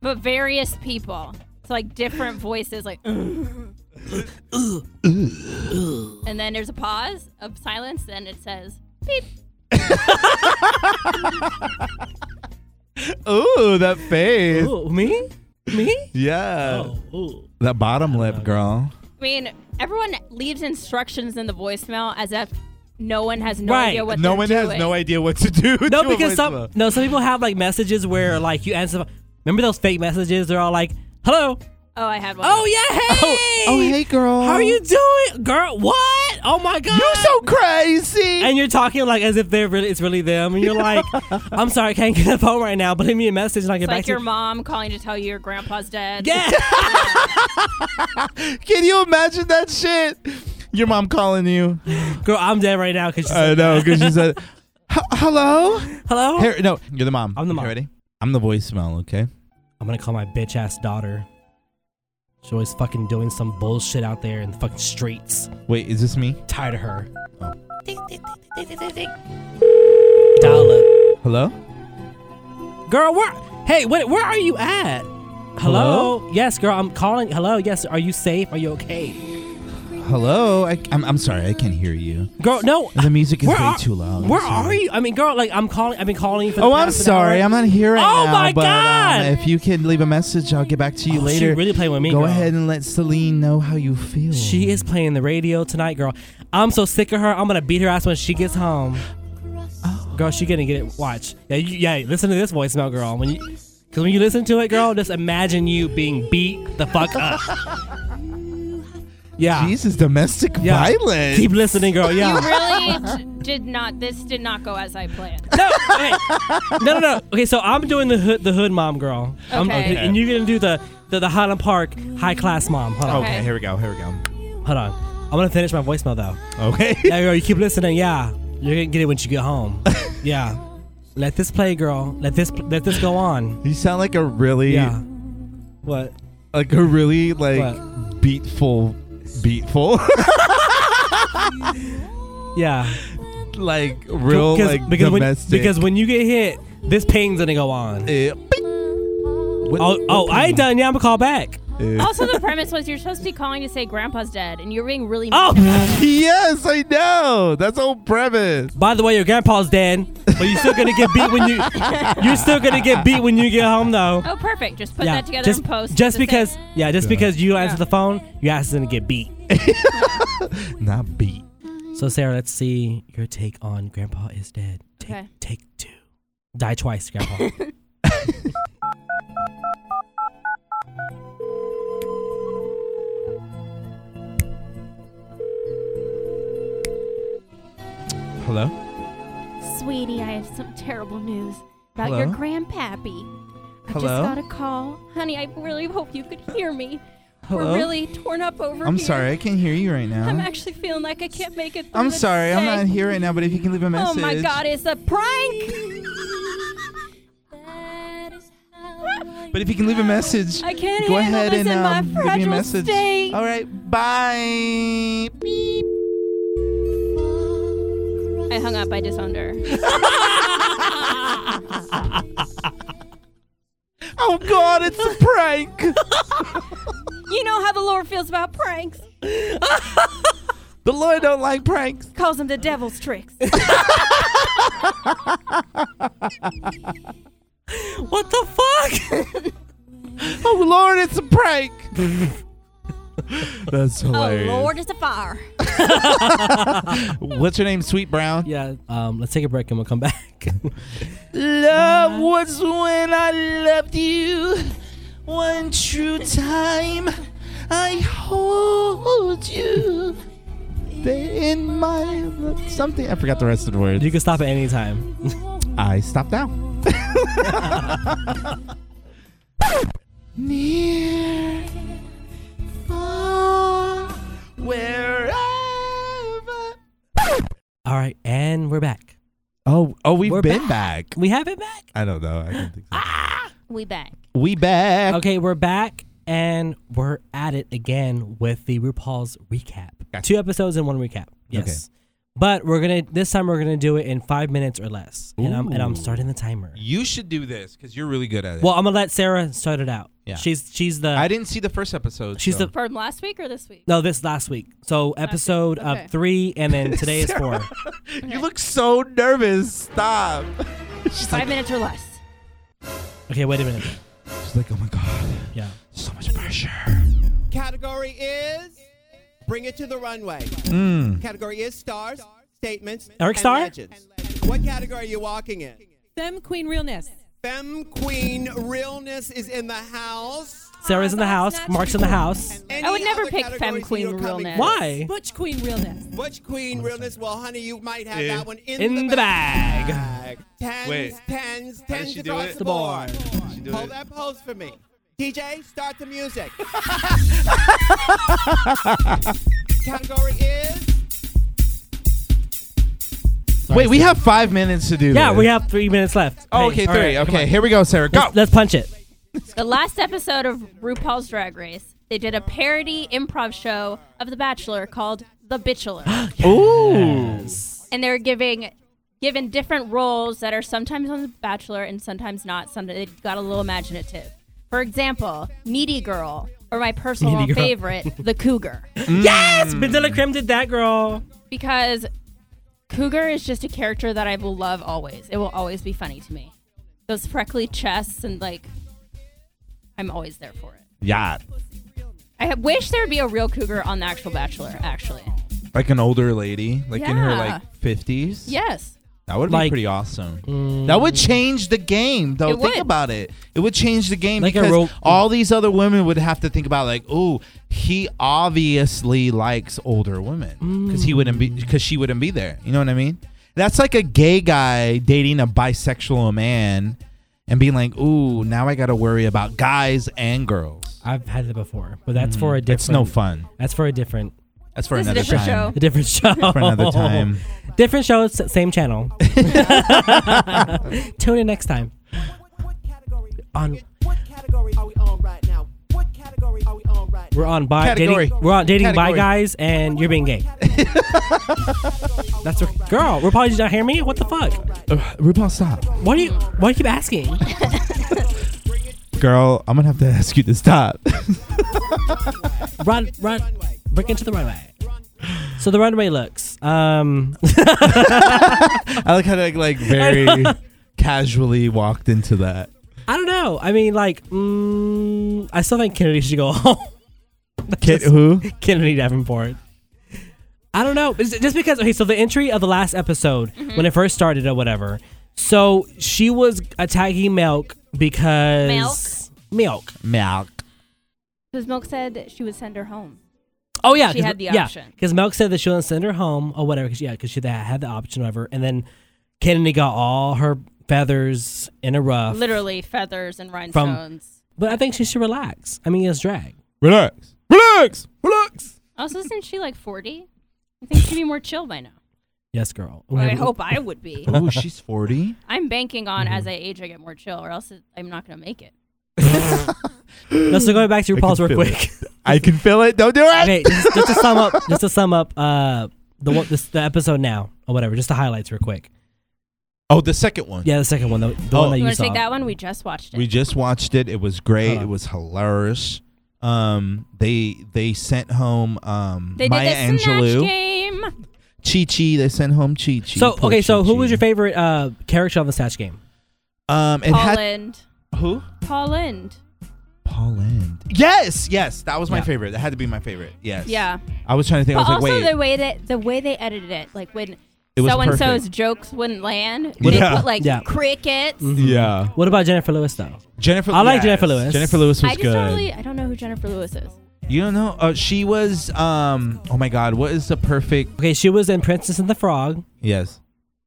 but various people. It's like different voices,
[laughs]
like. and then there's a pause of silence, then it says beep.
Ooh, that face.
Ooh, me? Me?
[laughs] Yeah.
Oh, ooh.
That bottom lip, girl.
I mean, everyone leaves instructions in the voicemail as if no one has no
Right.
idea what
no
they're
one
doing.
has no idea what to do.
No,
to a
because some
voicemail.
no some people have like messages where like you answer. Remember those fake messages? They're all like, Hello.
Oh, I had one.
Oh yeah. Hey.
Oh, oh, hey, girl.
How are you doing, girl? What? Oh my god.
You're so crazy.
[laughs] and you're talking like as if they're really it's really them, and you're [laughs] like, "I'm sorry, I can't get the phone right now, but leave me a message and I'll get
It's
back
like
to [laughs]
your
you."
mom calling to tell you your grandpa's dead.
Yeah,
Can you imagine that shit? Your mom calling you.
girl, I'm dead right now because she's
I
like,
know, because she said, "H- "Hello."
"Hello."
Uh, Here, no, you're the mom.
I'm the
You
mom.
Ready? I'm the voicemail. Okay.
I'm gonna call my bitch ass daughter. She's always fucking doing some bullshit out there in the fucking streets.
Wait, is this me?
Tired of her.
Oh.
Dial
Hello.
up, girl. Where? Hey, wait, where are you at? Hello? Yes, girl. I'm calling. Hello. Yes. Are you safe? Are you okay?
Hello. I, am I'm sorry. I can't hear you.
Girl, no.
The music is
Where
way
are-
too loud. I'm
Where
sorry.
are you? I mean, girl, like I'm calling. I've been calling for. The
Oh, I'm
past an
sorry.
hour.
I'm not here right
Oh
now.
my
but, um,
God.
if you can leave a message, I'll get back to you
Oh, she
later.
really playing with me,
Go
girl.
ahead and let Celine know how you feel.
She is playing the radio tonight, girl. I'm so sick of her. I'm gonna beat her ass when she gets home. Girl, she gonna get it. Watch. Yeah, you, yeah. Listen to this voicemail, girl. When you, cause when you listen to it, girl, just imagine you being beat the fuck up. Yeah.
Jesus, domestic
uh, yeah.
violence.
Keep listening, girl.
You
Yeah.
really d- did not. This did not go as I planned.
no, okay. no, no, no. Okay, so I'm doing the hood, the hood mom, girl. I'm-
Okay.
and you're gonna do the the, the Highland Park high class mom. Hold on.
Okay, here we go. Here we go.
Hold on. I'm gonna finish my voicemail though. [laughs]
Okay.
Yeah, girl, you keep listening. Yeah,
[laughs]
you're gonna get it when you get home. yeah, let this play, girl. Let this let this go
[laughs]
on.
You sound like a really,
Yeah. What?
like a really like
What?
beatful, beatful, [laughs]
Yeah.
like real
because,
like
because when,
domestic.
because when you get hit, this ping's gonna go on.
Eh, bing. What-
Oh, oh,
what
I
kind
ain't done. Yeah, I'm gonna call back.
of- eh.
Also, the premise was you're supposed to be calling to say grandpa's dead, and you're being really. mean.
Oh,
Yes, I know. That's whole premise.
by the way, your grandpa's dead, but you're still gonna get beat when
[laughs]
you you're still gonna get beat when you get home though.
Oh, perfect. Just put
yeah,
that together
just,
and post.
just
the
because,
same-
yeah, just
Yeah.
because you don't answer
Yeah.
the phone, your ass is gonna get beat.
Not beat.
So Sarah, let's see your take on Grandpa is dead. Take,
Okay.
take two. Die twice, Grandpa.
Hello.
Sweetie, I have some terrible news about
Hello?
your grandpappy. I
Hello?
just got a call. Honey, I really hope you could hear me.
Hello?
We're really torn up over
I'm
here.
sorry, I can't hear you right now.
I'm actually feeling like I can't make it through
I'm
the
sorry, I'm
day.
not here right now. But if you can leave a message.
Oh my god, it's a prank!
But if you can leave a message,
I can't
go
handle
ahead
this
and
in my
um, leave me a
fragile
message.
state.
All right, bye. Beep.
I hung up, I disowned her.
Oh god, it's a
[laughs]
prank.
You know how the Lord feels about pranks.
the Lord don't like pranks.
Calls them the
[laughs]
devil's tricks.
what the fuck?
Oh Lord, it's a prank.
[laughs]
That's
Oh,
hilarious.
is a fire.
What's your name, Sweet Brown?
[laughs] yeah. Um. Let's take a break and we'll come back. [laughs]
Love was when I loved you. One true time I hold you. In my something, I forgot the rest of the words.
you can stop at any time.
I stopped now. Near, far, wherever.
All right, and we're back.
Oh, oh, we've
We're
been back. Ah.
We have it back.
I don't know. I don't think so.
We back.
We back.
Okay, we're back and we're at it again with the RuPaul's recap.
Gotcha.
Two episodes and one recap. Yes. But we're gonna this time we're gonna do it in five minutes or less, and I'm and I'm
Ooh.
starting the timer.
You should do this because you're really good at it.
Well, I'm gonna let Sarah start it out.
Yeah.
She's she's the
I didn't see the first episode.
she's
so-
the
From last week or this week?
No, this last week. So episode
Okay.
uh, three, and [laughs] then today is four.
You look so nervous. Stop. She's
Five
like,
minutes or less.
Okay, wait a minute.
she's like, oh my god,
Yeah.
so much pressure.
Category is Bring It to the Runway. Category is stars, statements,
Hmm. Eric
and
Starr?
legends. What category are you walking in?
Femme Queen Realness.
Femme Queen Realness is in the house.
Sarah's in the house. Mark's in the house.
Any
I would never
other
pick
categories
femme
you
queen
don't come
realness.
against?
Why?
Butch Queen realness.
Butch Queen realness. Well, honey, you might have
Yeah.
that one in,
In the bag.
Tens,
Wait.
tens,
How did
tens
she do
across
it?
the board.
She do
Hold
it.
that pose for me. DJ, start
[laughs]
the music. Category is
Wait, we have five minutes to do
Yeah,
this.
we have three minutes left.
Oh,
Hey,
okay,
all right,
three.
come
okay,
on.
here we go, Sarah. Go.
Let's, let's punch it.
The last episode of RuPaul's Drag Race, they did a parody improv show of The Bachelor called
[gasps]
The Bitchler.
Ooh.
and they were giving given different roles that are sometimes on The Bachelor and sometimes not. Some they got a little imaginative. For examal, Needy Girl, or my personal
Needy girl.
favorite, The Cougar.
Mm.
Yes, Mandela Creme did that, girl.
Because Cougar is just a character that I will love always. It will always be funny to me. Those freckly chests and like I'm always there for it.
Yeah.
I wish there would be a real cougar on The Actual Bachelor, actually.
Like an older lady, like in her
Yeah.
like 50s.
Yes.
That would be
Like- mm.
pretty awesome. that would change the game, though.
It
think
would.
about it. It would change the game
Like a
because
ro-
all these other women would have to think about like, oh, he obviously likes older women because
Mm.
he wouldn't be because she wouldn't be there. You know what I mean? That's like a gay guy dating a bisexual man and being like, ooh, now I got to worry about guys and girls.
I've had that before, but that's for a different.
That's Mm. no fun.
That's for a different,
That's for
This is a
another
different
time.
show.
a different show.
[laughs] For another time.
Different show, s- same
[laughs]
channel. [laughs] Tune in next time.
What category?
On
What category are we on right now? What category are we on right
we're on by
Category.
dating. We're on dating by
Category.
guys, and you're being gay. That's a girl. We're probably not hear me. What the fuck?
Uh, RuPaul, stop.
Why do you? Why do you keep asking?
Girl, I'm going to have to [laughs] ask you to stop.
Run, run, break into the runway. So the runway looks. Um, [laughs]
I like how they like very casually walked into that.
I don't know. I mean, like, mm, I still think Kennedy should go [laughs] home.
Kid who?
Kennedy Davenport. I don't know. Is it Just because, okay, so the entry of the last episode, when it first started or whatever, so she was attacking Milk because. Milk? Milk.
Milk.
Because Milk said she would send her home.
Oh, yeah.
She
'cause-
had the option.
Yeah, because Milk said that she wouldn't send her home or whatever. Cause, yeah, because she had- had the option of her. And then Kennedy got all her feathers in a rough.
Literally feathers and rhinestones.
But I think she should relax. I mean, it's drag.
Relax. Relax. Relax.
also, isn't she like 40? I think she'd be more chill by now.
Yes, girl.
Well, I hope I
[laughs]
would be.
Oh, she's 40.
I'm banking on as I age, I get more chill, or else I'm not going to make it.
No, so going back to
I can
RuPaul's real
feel
quick.
I can feel it. Don't do it.
okay, just, just to sum up, just to sum up, uh, the one- this, the episode now or whatever, just the highlights real quick.
Oh, the second one.
Yeah, the second one, the, the
Oh.
one that you,
You want to
saw.
take that one? We just watched it.
We just watched it. It was great.
Huh.
It was hilarious. Um, they they sent home um
they
Maya
did the Snatch
Angelou,
game.
Chi Chi. They sent home Chi Chi.
So
Poor
okay, so who
Chi-Chi.
was your favorite uh, character on the Snatch Game?
Um, it had
Holland.
who?
Holland.
Paul End. Yes, yes, that was my
Yeah.
favorite. That had to be my favorite. Yes.
Yeah.
I was trying to think. I
But
was
also
like, wait.
the way that the way they edited it, like when
It was
so and so's
perfect.
jokes wouldn't land,
Yeah. Mm-hmm.
they put like
Yeah.
crickets.
yeah.
What about Jennifer Lewis though?
Jennifer.
I like Jennifer Lewis.
Jennifer Lewis was
I just
good.
don't really I don't know who Jennifer Lewis is.
You don't know? Uh, she was. Um. Oh my God. What is the perfect?
Okay, she was in Princess and the Frog.
Yes.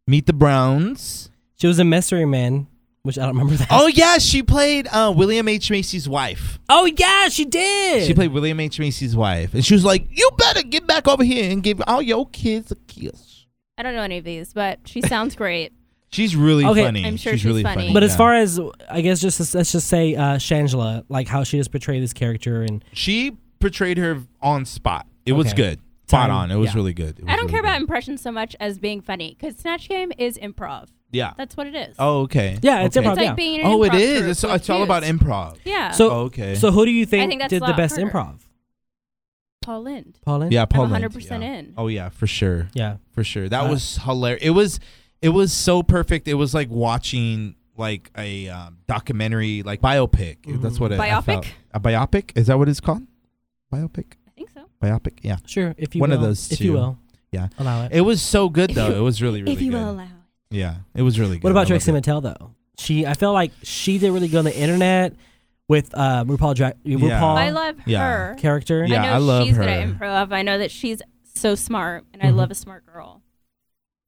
Meet the Browns.
She was in Mystery Men, which I don't remember that.
Oh yeah, she played uh, William H Macy's wife.
Oh, yeah, she did.
She played William H Macy's wife, and she was like, "You better get back over here and give all your kids a kiss."
I don't know any of these, but she
[laughs]
sounds great.
She's really
Okay.
funny.
I'm sure
she's,
she's
really funny.
funny.
But as
yeah.
far as I guess, just let's just say uh, Shangela, like how she just portrayed this character and
she portrayed her on spot, it was
Okay.
good. Spot
Time-
on. It was
yeah.
really good. It was
I don't
really
care about
good.
impressions so much as being funny because Snatch Game is improv.
Yeah.
That's what it is.
Oh okay.
Yeah, it's
okay.
improv.
it's like
yeah.
being in an
Oh, it
improv
is.
group
It's,
with
it's all about
dudes.
improv.
Yeah.
So
Oh, okay.
So who do you think,
think that's
did the
Lot
best
Harder.
improv?
Paul Lind.
Pauline.
Yeah, Paul.
I'm
Lynde,
100%
yeah.
in.
Oh yeah, for sure.
Yeah.
for sure. That
Uh,
was hilarious. It was it was so perfect. It was like watching like a um, documentary, like biopic.
Mm-hmm.
That's what it, I
Biopic?
felt. A biopic is that what it's called? Biopic,
I think so.
biopic. Yeah,
Sure, if you
One of
will.
those
if you
two.
will,
Yeah.
allow it.
it was so good
If
though.
you-
it was really really
if you
good.
will allow.
Yeah, it was really good.
what
I
about
loved
Trixie
it.
Mattel though? She, I feel like she did really good on the internet. with uh, RuPaul, Dra- RuPaul
I love
Yeah.
her.
character.
I
Yeah,
know
I love
she's good at
her. Mm-hmm.
improv. I know that she's so smart, and I
Mhm.
love a smart girl.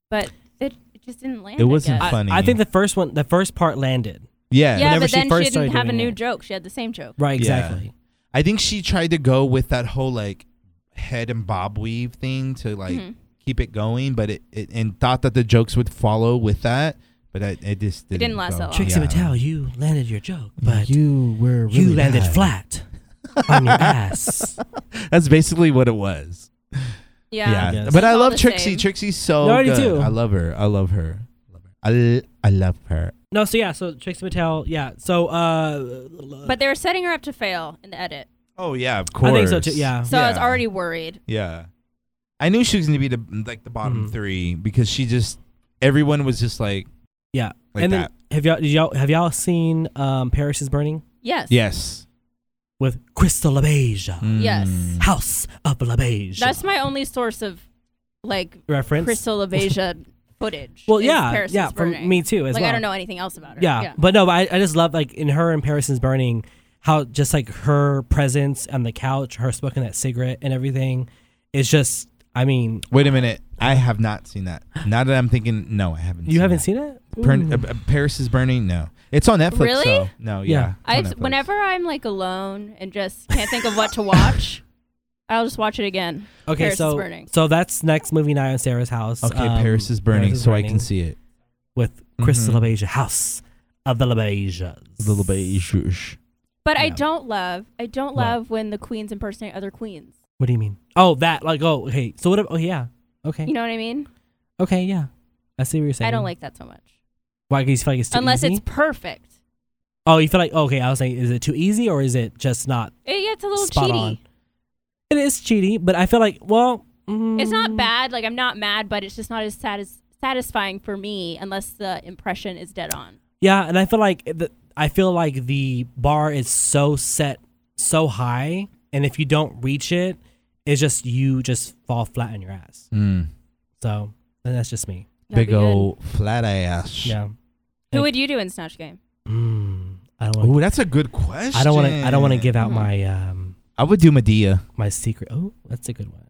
But it, it just didn't land.
It
I
wasn't
guess.
I,
funny.
I think the first one, the first part landed.
yeah.
Yeah,
Whenever
but
she
then
first
she, didn't
started
have a
doing
new
it.
joke. She had the same joke.
Right,
Yeah.
exactly.
I think she tried to go with that whole like head and bob weave thing to like
Mhm.
keep it going, but it, it and thought that the jokes would follow with that, but I, it just didn't,
didn't last
go.
that long.
Trixie
Yeah.
Mattel, you landed your joke, but you,
you were really
landed
bad.
flat on your ass.
[laughs] That's basically what it was.
Yeah.
Yeah,
Yes.
but
It's
I
all
love
the
Trixie.
same.
Trixie's so
No, I do
good.
too.
I love her. I love her. I l- I love her.
No, so yeah, so Trixie Mattel, yeah. So, uh,
But they were setting her up to fail in the edit,
Oh yeah, of course.
I think so too. Yeah,
so I was
Oh, Yeah.
already worried.
Yeah. I knew she was gonna be the like the bottom
Mhm.
three because she just everyone was just like
yeah.
Like
and
that.
then have y'all, did y'all have y'all seen um, Paris is Burning
Yes.
Yes.
with Crystal LaBeija,
Yes.
Mm.
House of LaBeija?
That's my only source of like
reference.
Crystal Avasia footage.
well,
is
yeah,
Paris
yeah,
is
for
Burning.
me too. As
like
well.
I don't know anything else about her.
Yeah, but no, but I, I just love like in her and Paris is Burning how just like her presence on the couch, her smoking that cigarette and everything. It's just, I mean,
Wait a minute. I have not seen that. Now that I'm thinking, no, I haven't.
you
seen
haven't
that.
seen it?
Burn, uh, uh, Paris is burning. No, it's on Netflix.
Really?
though. No.
Yeah.
Yeah.
I
it's on Netflix.
whenever I'm like alone and just can't think of what
[laughs]
to watch, I'll just watch it again.
Okay,
Paris is
so
Burning.
so that's next movie night on Sarah's house.
Okay,
Um,
Paris is burning, so I
Burning
can see it.
with Crystal
Mhm.
LaBeija, House of the LaBeijas.
Little beige.
But I
No.
don't love. I don't
What?
love when the queens impersonate other queens.
What do you mean? Oh, that like oh hey. So what? ab- Oh yeah. Okay.
You know what I mean?
okay. Yeah. I see what you're saying.
I don't like that so much.
Why? 'Cause you feel like it's too
Unless
easy?
it's perfect.
Oh, you feel like okay. I was saying, is it too easy or is it just not?
It gets a little
Spot
cheaty.
on. It is cheaty, but I feel like well, mm,
It's not bad. Like I'm not mad, but it's just not as satis- satisfying for me unless the impression is dead on.
Yeah, and I feel like the, I feel like the bar is so set so high, and if you don't reach it, it's just you just fall flat on your ass.
Mm.
So and that's just me.
Big
That'd be good.
old flat ass.
Yeah.
Who would you do in Snatch Game?
Mm, I don't. Wanna,
Ooh, that's a good question.
I don't want to. I don't want to give out
Mhm.
my um
I would do Medea.
my secret. Oh, that's a good one.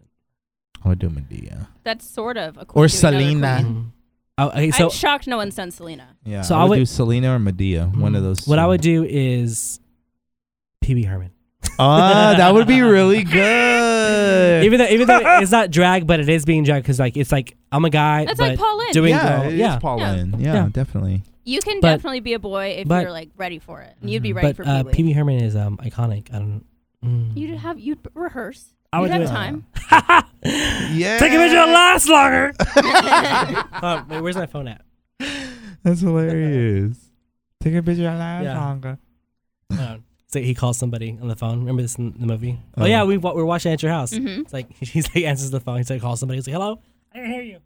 I would do Medea.
That's sort of a
Or
queen to another
Selena.
queen.
Mm. Oh, okay, so
I'm shocked no one's done Selena.
Yeah.
So
I
I
would,
would- Mm.
do Selena or Medea. One of those.
What I
two.
would do is Pee Wee Herman.
[laughs] Ah, that would
[laughs]
be really good.
Even though even though
[laughs]
it's not drag, but it is being drag because like it's like I'm a guy.
That's
Eh, but
like Paul Lynn.
doing
yeah,
girl.
it is
Yeah.
Pauline. Yeah,
Yeah.
definitely.
you can
but-
definitely be a boy if
but-
you're like ready for it. And you'd be ready
but
for
uh, Pee
Pee Wee.
Wee Herman is um iconic. I don't. Mm.
You'd have you'd rehearse.
I would
you'd
do
have
it.
[laughs] time.
Yeah.
Take it your last longer. Hold on, Oh, wait, where's my phone at?
[laughs] That's hilarious. Take a picture alive
Yeah.
longer.
Hold on. So Oh, he calls somebody on the phone. Remember this in the movie? Oh,
Oh.
yeah, we wa- we're watching at your house.
Mhm.
It's like [laughs] he's like answers the phone. He's like calls somebody. He's like, "Hello, I didn't hear you."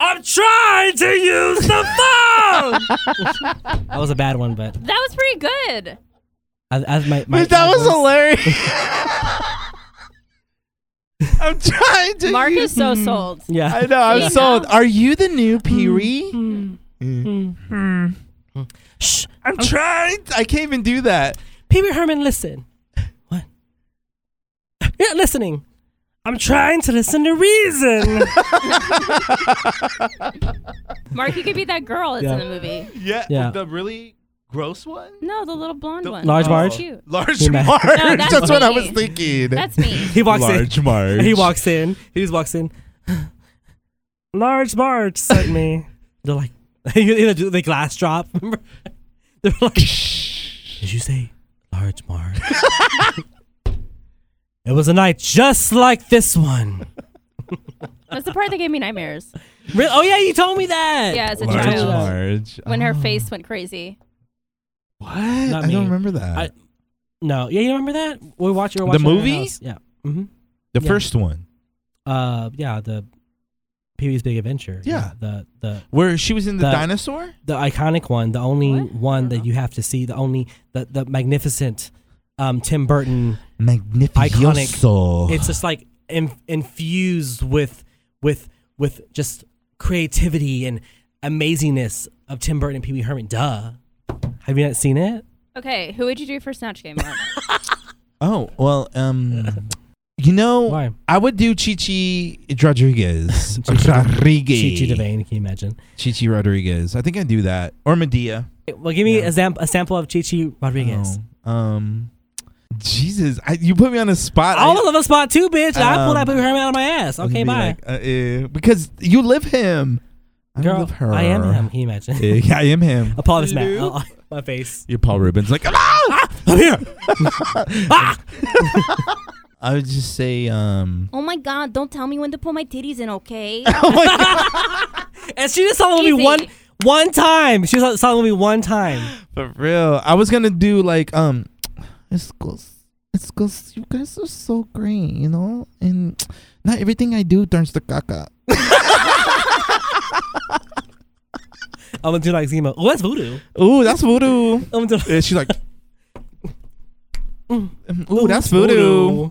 I'm trying to use the phone. [laughs] that was a bad one, but
That was pretty good.
I, I, my, my my
that was
voice- [laughs]
hilarious. [laughs] I'm trying to.
Mark is
[laughs]
so sold.
Yeah.
I know. I'm
Yeah.
sold. Are you the new
Mm.
Pee Wee?
Shh.
I'm trying. I can't even do that.
Pee Wee Herman, listen. What? You're not listening. I'm trying to listen to
[laughs]
reason.
Mark, you could be that girl that's
Yeah.
in the movie.
Yeah.
Yeah.
The really gross one.
No, the little blonde one.
Large
That's
Marge?
Cute.
Large
Hey, man.
Marge.
No,
that's
that's
what I
me.
was thinking.
That's
[laughs]
me.
he walks
Large
in. [laughs]
Marge.
He walks in. He just walks in. [gasps] Large Marge sent me. They're like, [laughs] you know, do the glass drop. Remember? [laughs] They're like, did you say large Marge? [laughs] it was a night just like this
[laughs]
one.
That's the part that gave me nightmares.
Really? Oh yeah, you told me that.
Yeah, as a
Large
child.
Marge.
When
Oh.
her face went crazy.
Oh. What?
Not
I
me.
don't remember that.
I- No, yeah, you remember that? We watched. We were watching
The
it at our
movie?
house. Yeah. hmm
the
yeah.
first one
Uh, yeah, the Pee Wee's Big Adventure.
Yeah.
The the
where she was in the
The-
dinosaur.
the iconic one, the only
What?
one that
Uh-huh.
you have to see, the only the the magnificent, um, Tim Burton.
Magnificoso.
It's just like in, infused with with with just creativity and amazingness of Tim Burton and Pee Wee Herman. Duh. Have you not seen it?
Okay, who would you do for Snatch Game? Mark?
Oh, well,
[laughs]
um, you know,
Why?
I would do Chichi
[laughs]
Rodriguez.
Chichi-
Rodriguez.
Chi Chi Devane, can you imagine?
Chichi Rodriguez. I think I'd do that. Or Medea.
Well, give me
No.
a, zam- a sample of Chi Chi Rodriguez.
Oh, um, Jesus, I, you put me on the spot.
All
I-
of them on spot too, bitch. I pulled
Um,
that booty out of my ass.
I'm
Okay,
gonna
bye.
be like, uh, uh, because you live him. I don't
Girl,
live her. Eh,
I am him. Can you imagine? [laughs]
[laughs] Yeah, I am him.
I'll probably smack I'll- [laughs] my face.
Your Paul Rubens like
[laughs]
"Ah,
I'm here. ah!
I would just say um
[laughs] oh my god, don't tell me when to put my titties in, okay?
And she just saw the movie
Easy.
one one time. She saw, saw the movie one time. [gasps]
for real. I was gonna do like um it's goes it's goes you guys are so great, you know? And not everything I do turns to caca.
I'm gonna do like Zemo. Oh, that's voodoo.
Ooh, that's voodoo.
[laughs] I'm gonna do
And she's like
Mm.
Ooh, that's voodoo.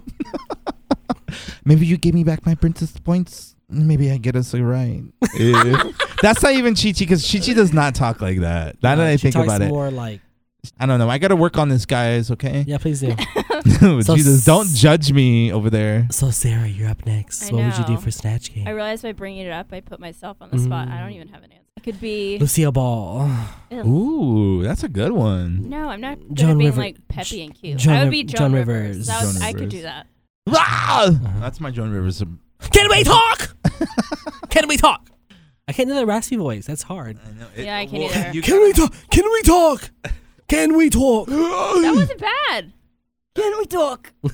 Maybe you give me back my princess points. Maybe I get us a ride. Yeah. [laughs] That's not even Chi Chi because Chi Chi does not talk like that. Now that I
She
think
talks
about it,
more like
I don't know. I got to work on this, guys. Okay.
yeah, please
[laughs]
do.
[laughs]
So
Jesus,
s-
don't judge me over there.
so Sarah, you're up next.
I
what would you do
know.
for Snatch Game?
I realized by bringing it up, I put myself on the spot.
Mm.
I don't even have an answer. I could be.
Lucille
[laughs]
Ball.
Ugh.
Ooh, that's a good one.
No, I'm not good
Joan
at being
River-
like peppy and cute.
Joan
I
Riv-
would be Joan,
Joan
Rivers.
Rivers.
That was,
Joan
I could
Rivers.
do that.
Ah!
Uh-huh.
That's my Joan Rivers.
Can we [laughs] talk? Can we talk? I can't do that raspy voice. That's hard.
I know,
Yeah, I can either.
you
Can we talk? Can we talk? Can we talk?
That wasn't bad.
Can we talk?
[gasps]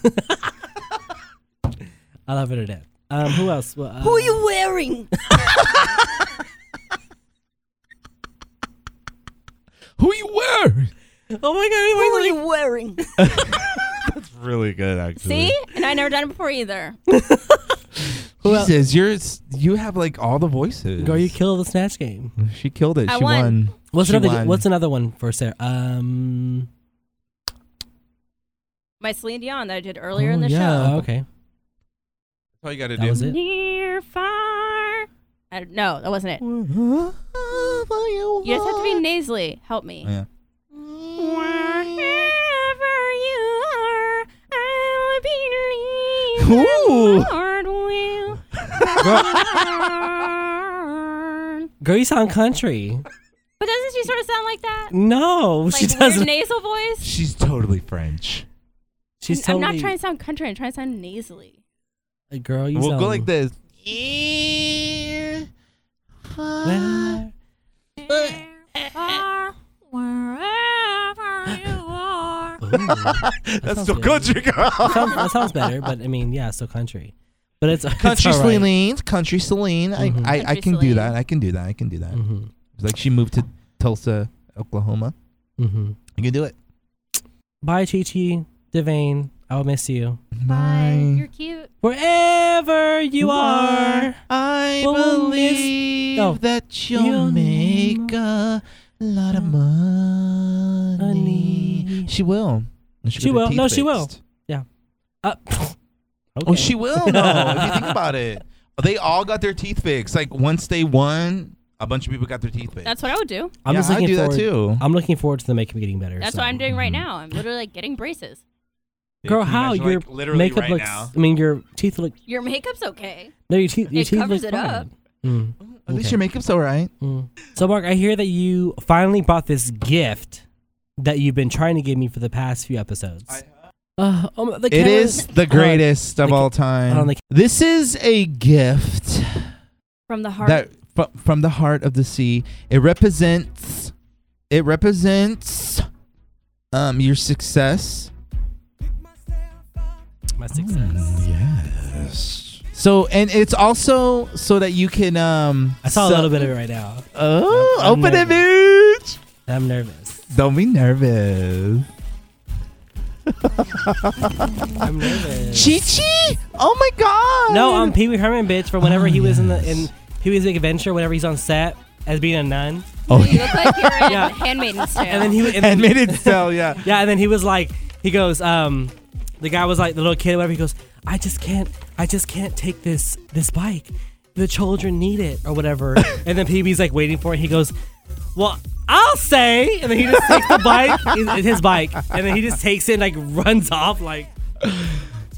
I love it or death. Um, who else? Well, uh,
Who are you wearing?
Who you were?
Oh my god!
Who are
[laughs]
Anyway,
you wearing?
That's really good, actually.
See? And I never done it before either.
Jesus, you're s- you have like all the voices.
girl, you killed the snatch game.
she killed it.
I
she
won.
won.
What's
She
another?
won.
What's another one for Sarah? Um,
My Celine Dion that I did earlier in
oh,
the
yeah,
show.
Okay,
That's all you got to
that was it.
Near far. I, no, that wasn't it.
do.
You just have to be nasally. Help me.
Yeah.
Wherever you are, I believe
Ooh.
the Lord
[laughs]
will turn.
Girl, you sound country.
But doesn't she sort of sound like that?
No,
Like
she
weird
doesn't.
nasal voice.
She's totally French.
She's
I'm
totally.
not trying to sound country. I'm trying to sound [laughs] nasally.
Girl, you
We'll
sound.
go like this.
Where- Ooh, that
That's [laughs]
sounds
so
good.
country girl.
Sounds- that sounds better, but I mean, yeah, still country. But it's
Country
it's all right.
Celine, country Celine.
Mhm.
I, I, I
Country
can do
Celine.
that. I can do that. I can do that.
Mhm,
It's like she moved to Tulsa, Oklahoma.
mhm.
You can do it.
Bye, Chi Chi Devane. I'll miss you
Bye. You're cute.
wherever you are.
I
Well, miss-
believe
no.
that
You'll
a lot of money.
Money.
She will. And
She
got her
will.
teeth
No, she will.
fixed.
Uh, [laughs]
Oh,
okay.
she [laughs] will. No, if you think about it, they all got their teeth fixed. Like once they won, a bunch of people got their teeth fixed.
That's what I would do.
I'm
yeah,
just
I
looking
do
forward. Uh,
that too.
I'm looking forward to the makeup getting better.
That's
so.
what I'm doing
Mm-hmm.
right now. I'm literally like getting braces.
Yeah,
Girl,
can you
how
imagine,
your
like, literally
makeup
right
looks?
now?
I mean, your teeth look.
Your makeup's okay.
No, your teeth. Your
It
teeth
covers
look
it up.
fine. Mm,
At least
Okay.
your makeup's all right.
mm. So, Mark, I hear that you finally bought this gift that you've been trying to give me for the past few episodes. uh, oh, my- the
It
camera-
is the
Hold on.
greatest of
the ca-
all
hold on,
time.
the-
This is a gift
From the heart.
that fro- from the heart of the sea. It represents it represents um your success.
My success.
Yes. So and it's also so that you can um
I saw a
so-
little bit of it right now.
Oh,
I'm
open it, bitch.
I'm nervous.
Don't be nervous.
I'm
[laughs]
nervous.
Chi Chi! Oh my god!
No,
[laughs]
um, Pee Wee Herman, bitch, for whenever he was in the in Pee Wee's Big Adventure, whenever he's on set as being a nun,
Oh,
You
[laughs]
look like you're in
Yeah.
Handmaiden's Tale.
and then
[laughs]
he and then,
admitted so, yeah.
yeah, and then he was like, he goes, um, the guy was like the little kid, whatever. He goes, I just can't, I just can't take this this
[laughs]
bike. The children need it or whatever. and then Pee Wee's like waiting for it. He goes, well, I'll say, and then he just takes the
[laughs]
bike, his- his bike, and then he just takes it and like runs off. Like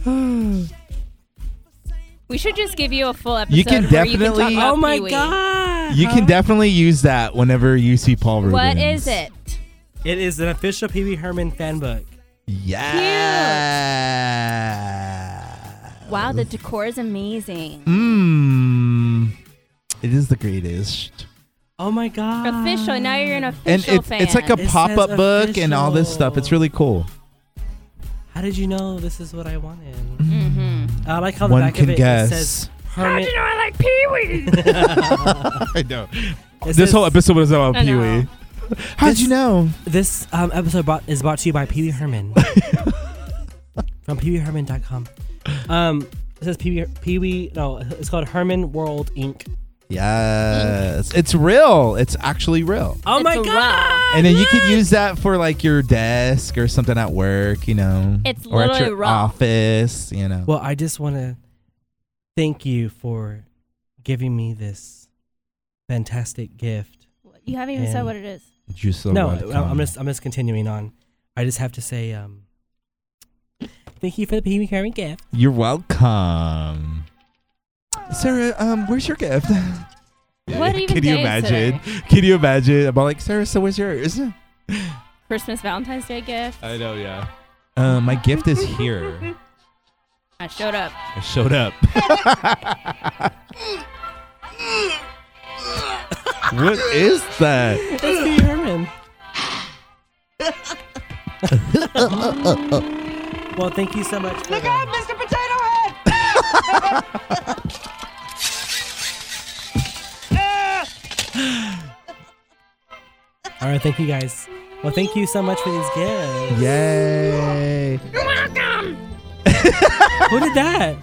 We should just give you a full episode.
You can
where you
definitely-
can talk about
oh my
Pee-wee.
god,
You can definitely use that whenever you see Paul Rubens.
What is it?
it is an official Pee Wee Herman fan book.
Yeah.
Wow, the decor is amazing.
Mmm. It is the greatest.
Oh my god,
Official. Now you're an
And
official
it's,
fan.
it's like a
It says
pop up book and all this stuff. It's really cool.
How did you know this is what I wanted?
hmm
I like how the
One
back
can
of it,
guess.
it says Herman.
know I like Pee Wee?
[laughs] I know.
it
This
says-
whole episode was about
I
Pee
know.
Wee. How'd
This-
you know?
This um, episode brought, is brought to you by Pee Wee Herman from peeweeherman.com. Um, it says Pee Wee, Pee Wee, no, it's called Herman World Inc.
Yes. It's real. It's actually real.
Oh
It's
my
raw.
god!
And then you could use that for like your desk or something at work, you know.
It's
or at
literally
your
raw.
office, you know.
Well, I just want to thank you for giving me this fantastic gift.
You haven't even said
And-
what it is.
You're so
no,
welcome.
I- I'm just I'm just continuing on. I just have to say, um, thank you for the Pee Wee Herman gift.
You're welcome. Sarah, um, where's your gift? [laughs]
What even
Can you
day is today?
imagine? Can you imagine? I'm all like, Sarah, so where's yours?
Christmas, Valentine's Day gift.
I know, yeah. Uh, my gift is here.
I showed up.
I showed up. [laughs] what is that?
That's [gasps] Pee Wee Herman. well, thank you so much. For, um, All right, thank you guys. Well, thank you so much for these gifts.
Yay!
Who did that?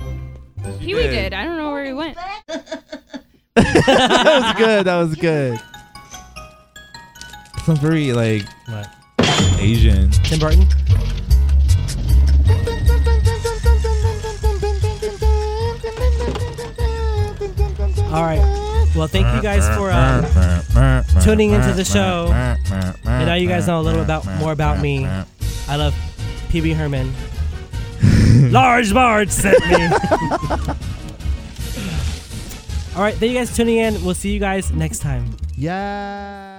Pee Wee did. I don't know where he went.
That was good. That was good. Sounds very like
What?
Asian.
Tim Burton. All right. Well, thank you guys for
Uh-huh.
um, tuning into the show. And now you guys know a little about more about me. I love PB Herman. Large Bard sent me. All right, thank you guys for tuning in. We'll see you guys next time.
Yeah.